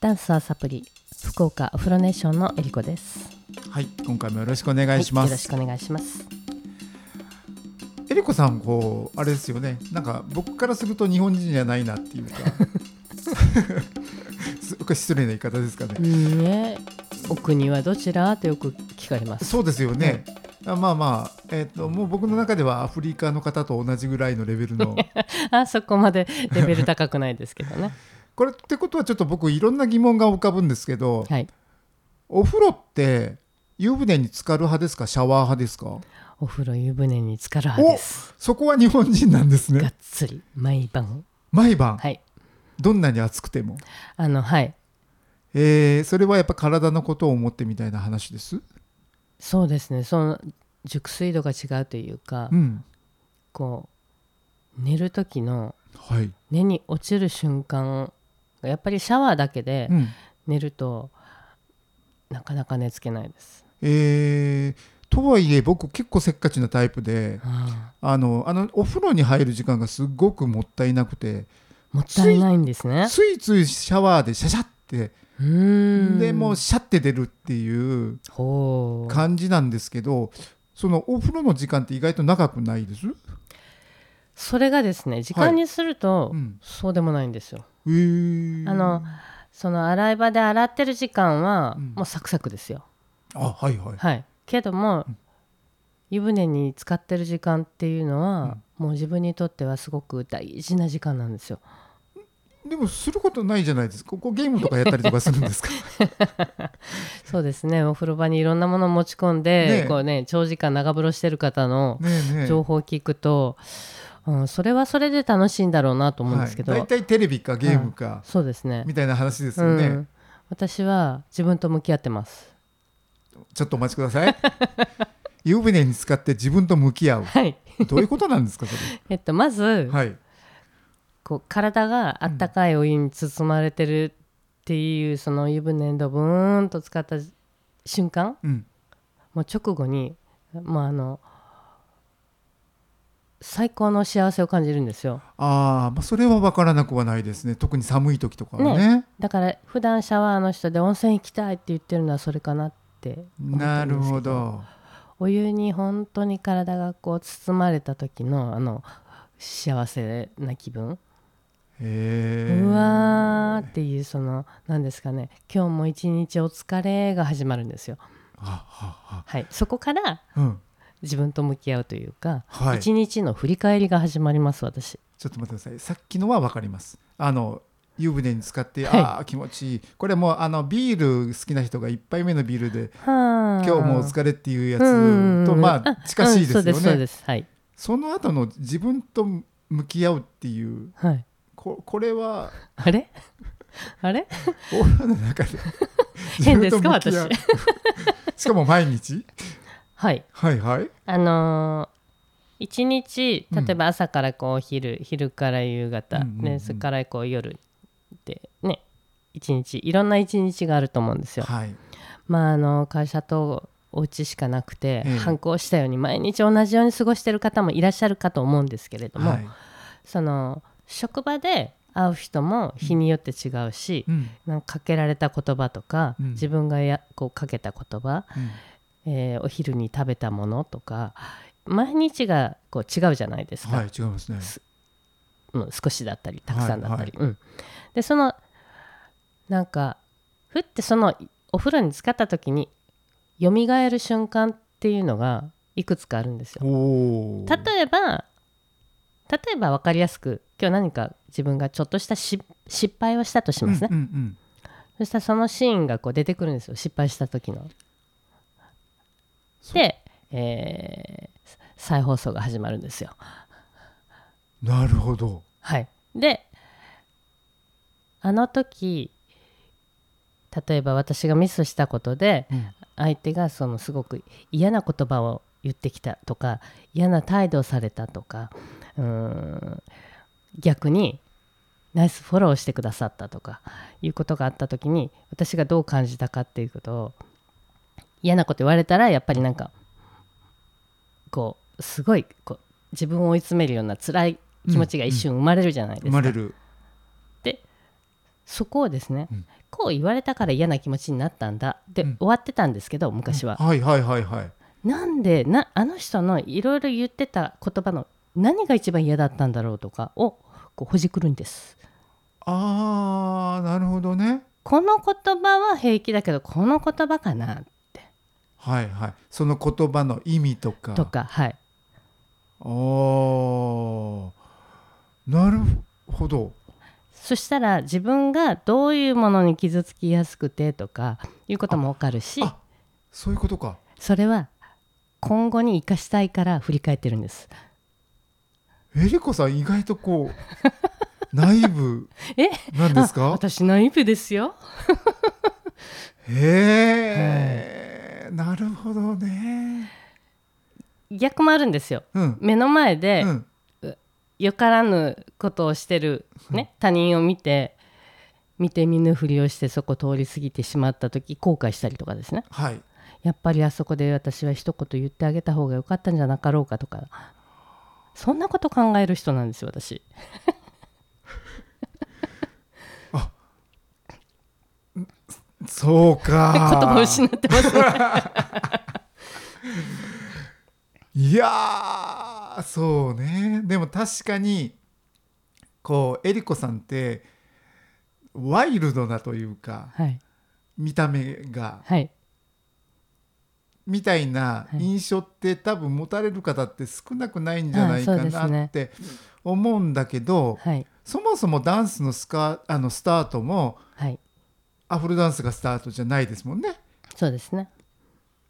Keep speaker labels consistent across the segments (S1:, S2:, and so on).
S1: ダンサーサプリ福岡アフロネーションのえりこです、
S2: はい、今回もよろしくお願いし
S1: は
S2: ま
S1: い、よろし
S2: す。
S1: くお願いします
S2: えりこさん、こう、あれですよね、なんか僕からすると日本人じゃないなっていうか。 すごく失礼な言い方ですかね。
S1: うんねお国はどちらってよく聞かれます
S2: そうですよね。あまあまあ、えっ、と、もう僕の中ではアフリカの方と同じぐらいのレベ ルの。
S1: あそこまでレベル高くないですけど ね
S2: これってことは、ちょっと僕いろんな疑問が浮かぶんですけど。
S1: はい
S2: お風呂って湯船に浸かる派ですか、シャワー派ですか。
S1: お風呂湯船に浸かる派です
S2: そこは日本人なんです
S1: が
S2: ね
S1: っ。つり毎晩
S2: 毎晩、
S1: はい
S2: どんなに暑くても。
S1: あのはい
S2: えーそれはやっぱ体のことを思ってみたいな話です。
S1: そうですねその熟睡度が違うというか、
S2: うん。
S1: こう寝る時の
S2: はい。
S1: 寝に落ちる瞬間がやっぱりシャワーだけで
S2: うん。
S1: 寝ると、なかなか寝つけないです、
S2: えーとはいえ僕結構せっかちなタイプで、あの、あの、お風呂に入る時間がすごくもったいなくて、
S1: もったいないんですね
S2: ついついシャワーでシャシャって、
S1: うーん
S2: で、もうシャって出るっていう
S1: ほう
S2: 感じなんですけど、そのお風呂の時間って意外と長くないです
S1: それがですね時間にすると、
S2: うん。
S1: そうでもないんですよ
S2: えー、
S1: あの、その洗い場で洗ってる時間は、
S2: うん
S1: もうサクサクですよ
S2: あ、はいはい。
S1: はいけども、湯船に浸かってる時間っていうのは、もう自分にとってはすごく大事な時間なんですよ
S2: でもすることないじゃないですか。ここゲームとかやったりとかする んですか
S1: そうですねお風呂場にいろんなものを持ち込んで、
S2: ねえ
S1: こうね、長時間長風呂してる方の
S2: ねえねえ。
S1: 情報を聞くと、うん、それはそれで楽しいんだろうなと思うんですけど、
S2: はい、大体テレビかゲームか、
S1: そうですね
S2: みたいな話です
S1: う
S2: よね、
S1: ん、私は自分と向き合ってます。
S2: ちょっとお待ちください 湯船に使って自分と向き合う
S1: はい
S2: どういうことなんですかそれ
S1: えっと、ま ず、
S2: はい
S1: こう体があったかいお湯に包まれてるっていう、その湯船ドブーンと使った瞬間
S2: うん
S1: もう直後にもうあの最高の幸せを感じるんですよ。
S2: あー、まあそれは分からなくはないですね特に寒い時とかはね
S1: だから普段シャワーの人で温泉行きたいって言ってるのはそれかなって思って
S2: なる
S1: んですけ
S2: ほど
S1: お湯に本当に体がこう包まれた時のあの幸せな気分、
S2: へえ
S1: うわーっていうその何ですかね今日も一日お疲れが始まるんですよ
S2: はは
S1: はいそこから
S2: はうん
S1: 自分と向き合うというか
S2: はい
S1: 一、日の振り返りが始まります私
S2: ちょっと待ってくださいさっきのは分かりますあの湯船に使って、
S1: はい
S2: ああ気持ちいいこれもうあのビール好きな人が一杯目のビールで
S1: は
S2: 今日もお
S1: れ
S2: 疲れっていうや
S1: うんうん
S2: つ
S1: う
S2: と
S1: ん
S2: まあ近しいです
S1: そう
S2: よね、
S1: ですそうですはい、
S2: その後の自分と向き合うっていう
S1: はい、
S2: ここれは
S1: あれ あれ
S2: オーラの中で
S1: 変ですか
S2: 自分と向き合うしかも毎日
S1: はい
S2: はいはい
S1: あのー一日
S2: うん
S1: 例えば朝からこう昼、昼から夕方、
S2: うんうんうん
S1: ね、それからこう夜でね一日いろんな一日があると思うんですよ。
S2: はい
S1: まああの会社とお家しかなくて、
S2: ええ
S1: 反抗したように毎日同じように過ごしてる方もいらっしゃるかと思うんですけれども、
S2: はい
S1: その職場で会う人も日によって違うし、
S2: うん
S1: なんかかけられた言葉とか、
S2: うん
S1: 自分がやこうかけた言葉、
S2: うん
S1: えーお昼に食べたものとか毎日がこう違うじゃないですか、
S2: はい違いますね
S1: うん、少しだったりたくさんだったり、うん、でそのなんかふってそのお風呂に浸かった時に蘇る瞬間っていうのがいくつかあるんですよ。
S2: おお
S1: 例えば例えば分かりやすく今日何か自分がちょっとしたし失敗をしたとしますね、
S2: うんうん
S1: そしたらそのシーンがこう出てくるんですよ失敗した時の。
S2: そう
S1: で、えー再放送が始まるんですよ。
S2: うんなるほど
S1: はい、であの時例えば私がミスしたことで
S2: うん
S1: 相手がそのすごく嫌な言葉を言ってきたとか嫌な態度をされたとかうーん逆にナイスフォローしてくださったとかいうことがあった時に私がどう感じたかっていうことを嫌なこと言われたらやっぱりなんかこうすごいこう自分を追い詰めるような辛い気持ちが一瞬生まれるじゃないですか。
S2: 生まれる
S1: そこをですね、
S2: うん
S1: こう言われたから嫌な気持ちになったんだで、
S2: うん
S1: 終わってたんですけど昔は、
S2: はいはいはいはい
S1: なんでなあの人のいろいろ言ってた言葉の何が一番嫌だったんだろうとかをこうほじくるんです
S2: あーなるほどね
S1: この言葉は平気だけどこの言葉かな
S2: はいはいその言葉の意味とか
S1: とかはい
S2: あーなるほど
S1: そしたら自分がどういうものに傷つきやすくてとかいうことも分かるし
S2: あそういうことか
S1: それは今後に生かしたいから振り返ってるんです
S2: えりこさん意外とこう内部
S1: え
S2: なんです
S1: あ
S2: か
S1: 私ナイフですよ
S2: へえ、なるほどね
S1: 逆もあるんですよ
S2: うん
S1: 目の前で、
S2: うん
S1: よからぬことをしてる、ね、他人を見て見て見ぬふりをしてそこ通り過ぎてしまった時後悔したりとかですね
S2: はい
S1: やっぱりあそこで私は一言言ってあげた方が良かったんじゃなかろうかとかそんなこと考える人なんですよ私
S2: そう
S1: 言葉を
S2: か
S1: 失って ますね
S2: いやーそうねでも確かにこうえりこさんってワイルドなというか
S1: はい
S2: 見た目が
S1: はい
S2: みたいな
S1: はい
S2: 印象って多分持たれる方って少なくないんじゃないか
S1: あそうです
S2: な
S1: ね
S2: って思うんだけど
S1: はい
S2: そもそもダンスのスカあのスタートも
S1: はい
S2: アフロダンスがスタートじゃないですもんね。
S1: そうですね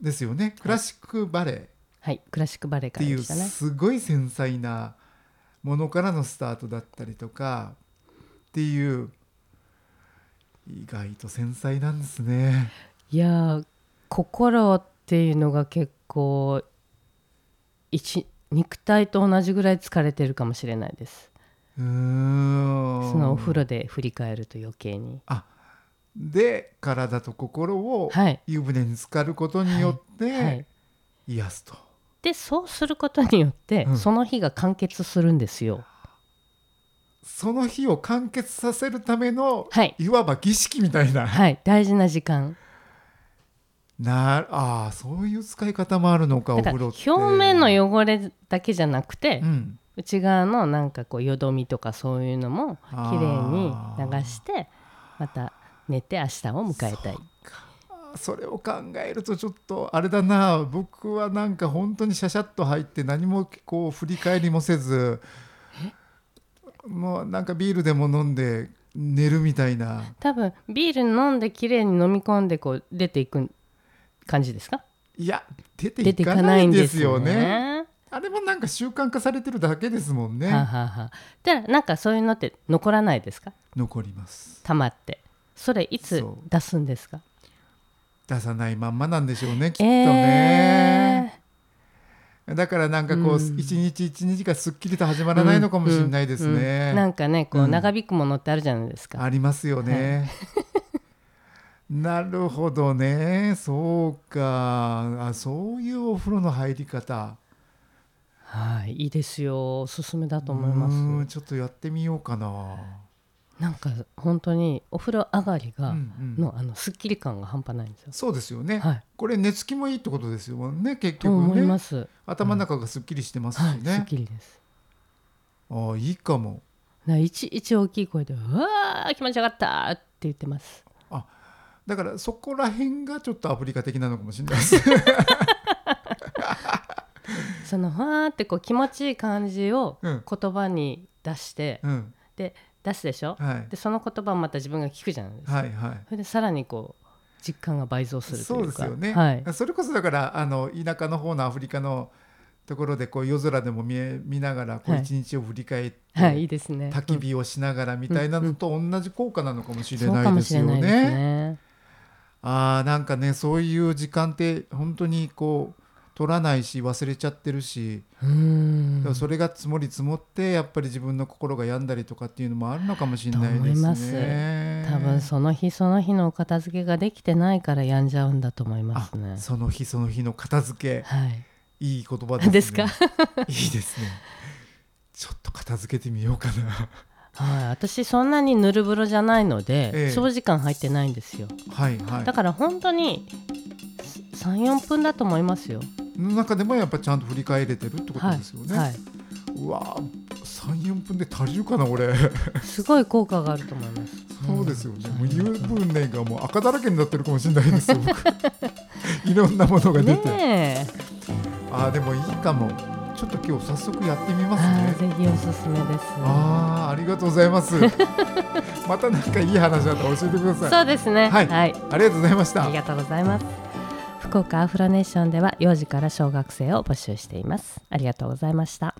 S2: ですよね。クラシックバレエっ
S1: はいクラシックバレエか
S2: て
S1: ら
S2: い
S1: で
S2: う
S1: したね
S2: すごい繊細なものからのスタートだったりとかっていう意外と繊細なんですね。
S1: いやー心っていうのが結構一肉体と同じぐらい疲れてるかもしれないです
S2: うーん
S1: そのお風呂で振り返ると余計に。
S2: で体と心を
S1: はい。
S2: 湯船に浸かることによって、
S1: はい、
S2: 癒すと。
S1: でそうすることによって、
S2: うん
S1: その日が完結するんですよ。
S2: その日を完結させるための、
S1: はい。
S2: いわば儀式みたいな。
S1: はい、大事な時間
S2: なああ、そういう使い方もあるのか、お
S1: だか
S2: 風
S1: ら
S2: 呂っ
S1: 表
S2: て。
S1: 面の汚れだけじゃなくて、
S2: うん、
S1: 内側のなんかこうよどみとかそういうのも綺
S2: あー
S1: 麗に流してまた寝て明日を迎えたい
S2: それを考えるとちょっとあれだな僕はなんか本当にシャシャッと入って何もこう振り返りもせずもうなんかビールでも飲んで寝るみたいな
S1: 多分ビール飲んで綺麗に飲み込んでこう出ていく感じですか
S2: いや出て
S1: 出
S2: い
S1: てい
S2: か
S1: か
S2: な
S1: ない
S2: いん
S1: ん
S2: で
S1: ですす
S2: よ
S1: よ
S2: ね
S1: ね。
S2: あれもなんか習慣化されてるだけですもんね、
S1: はあ、はあはあ、でなんかそういうのって残らないですか
S2: 残ります
S1: 溜まってそれいつ
S2: そう
S1: 出すんですか
S2: 出さないまんまなんでしょうねきっと
S1: え
S2: ね、だからなんかこ
S1: う
S2: う、
S1: ん
S2: 一日一日がすっきりと始ま
S1: ー
S2: らないのかもしれないですね、
S1: うんうんなんかねこ
S2: う
S1: うん長引くものってあるじゃないですか、
S2: ありますよね。なるほどねそうかあそういうお風呂の入り方
S1: はいいいですよおすすめだと
S2: う
S1: 思い
S2: ーん
S1: ます
S2: ちょっとやってみようかな、
S1: なんか本当にお風呂上がり
S2: う
S1: が
S2: んうん
S1: の、あのすっきり感が半端ないんですよ、
S2: そうですよね、
S1: はい
S2: これ寝つきもいいってことですよね結
S1: と思
S2: 局
S1: いま
S2: ね
S1: す、
S2: 頭の中がすっきりしてますし
S1: はいすっ
S2: ね、
S1: きりです
S2: ああいいかも
S1: ないちいち大きい声で「うわー気持ちよかった!」って言ってます
S2: だからそこら辺がちょっとアフリカ的なのかもしれないです ね
S1: その「ふわー」ってこう気持ちいい感じを
S2: うん
S1: 言葉に出して、
S2: うん
S1: 出すでしょ、
S2: はい
S1: でその言葉をまた自分が聞くじゃないですか、
S2: はいはい
S1: それでさらにこう実感が倍増すると
S2: そ
S1: いうう
S2: で
S1: か
S2: すよね、
S1: はい、
S2: それこそだからあの田舎の方のアフリカのところでこう夜空でも見え見ながらこう
S1: はい
S2: 一日を振り返って、
S1: はい、いいですね
S2: 焚き火をしながらみたいなのと同じ効果なのかもしれ
S1: そう
S2: な
S1: か
S2: い
S1: も
S2: で
S1: し
S2: す
S1: れ
S2: よ
S1: ないです
S2: ね。
S1: ね
S2: あーなんかねそういう時間って本当にこう取らないし忘れちゃってるし、
S1: うーん
S2: でもそれが積もり積もってやっぱり自分の心が病んだりとかっていうのもあるのかもしれないで
S1: と思いますす
S2: ね。
S1: 多分その日その日のお片付けができてないから病んじゃうんだと思いますね
S2: あその日その日の片付け
S1: はい
S2: いい言葉ですね。
S1: ですか
S2: いいですね。ちょっと片付けてみようかな。
S1: はい、私そんなにぬる風呂じゃないので、
S2: ええ
S1: 長時間入ってないんですよ
S2: はいはい
S1: だから本当に34分だと思いますよ
S2: の中でもやっぱちゃんと振り返れてるってことですよね、
S1: はい、は
S2: うわ34分で足りるかな俺
S1: い、すごい効果があると思います
S2: そうですよ
S1: う
S2: ね、
S1: ん
S2: もう湯船がもう赤だらけになってるかもしれないですよ僕 いろんなものが出て、
S1: ねえ
S2: ああでもいいかもちょっと今日早速やってみます
S1: あー
S2: ね
S1: ぜひおすすめです
S2: ああーありがとうござ いますまたなんかいい話だったら教えてください
S1: そうですね
S2: はい
S1: はい
S2: ありがとうございました
S1: ありがとうございます。福岡アフロネーションでは幼児から小学生を募集しています。ありがとうございました。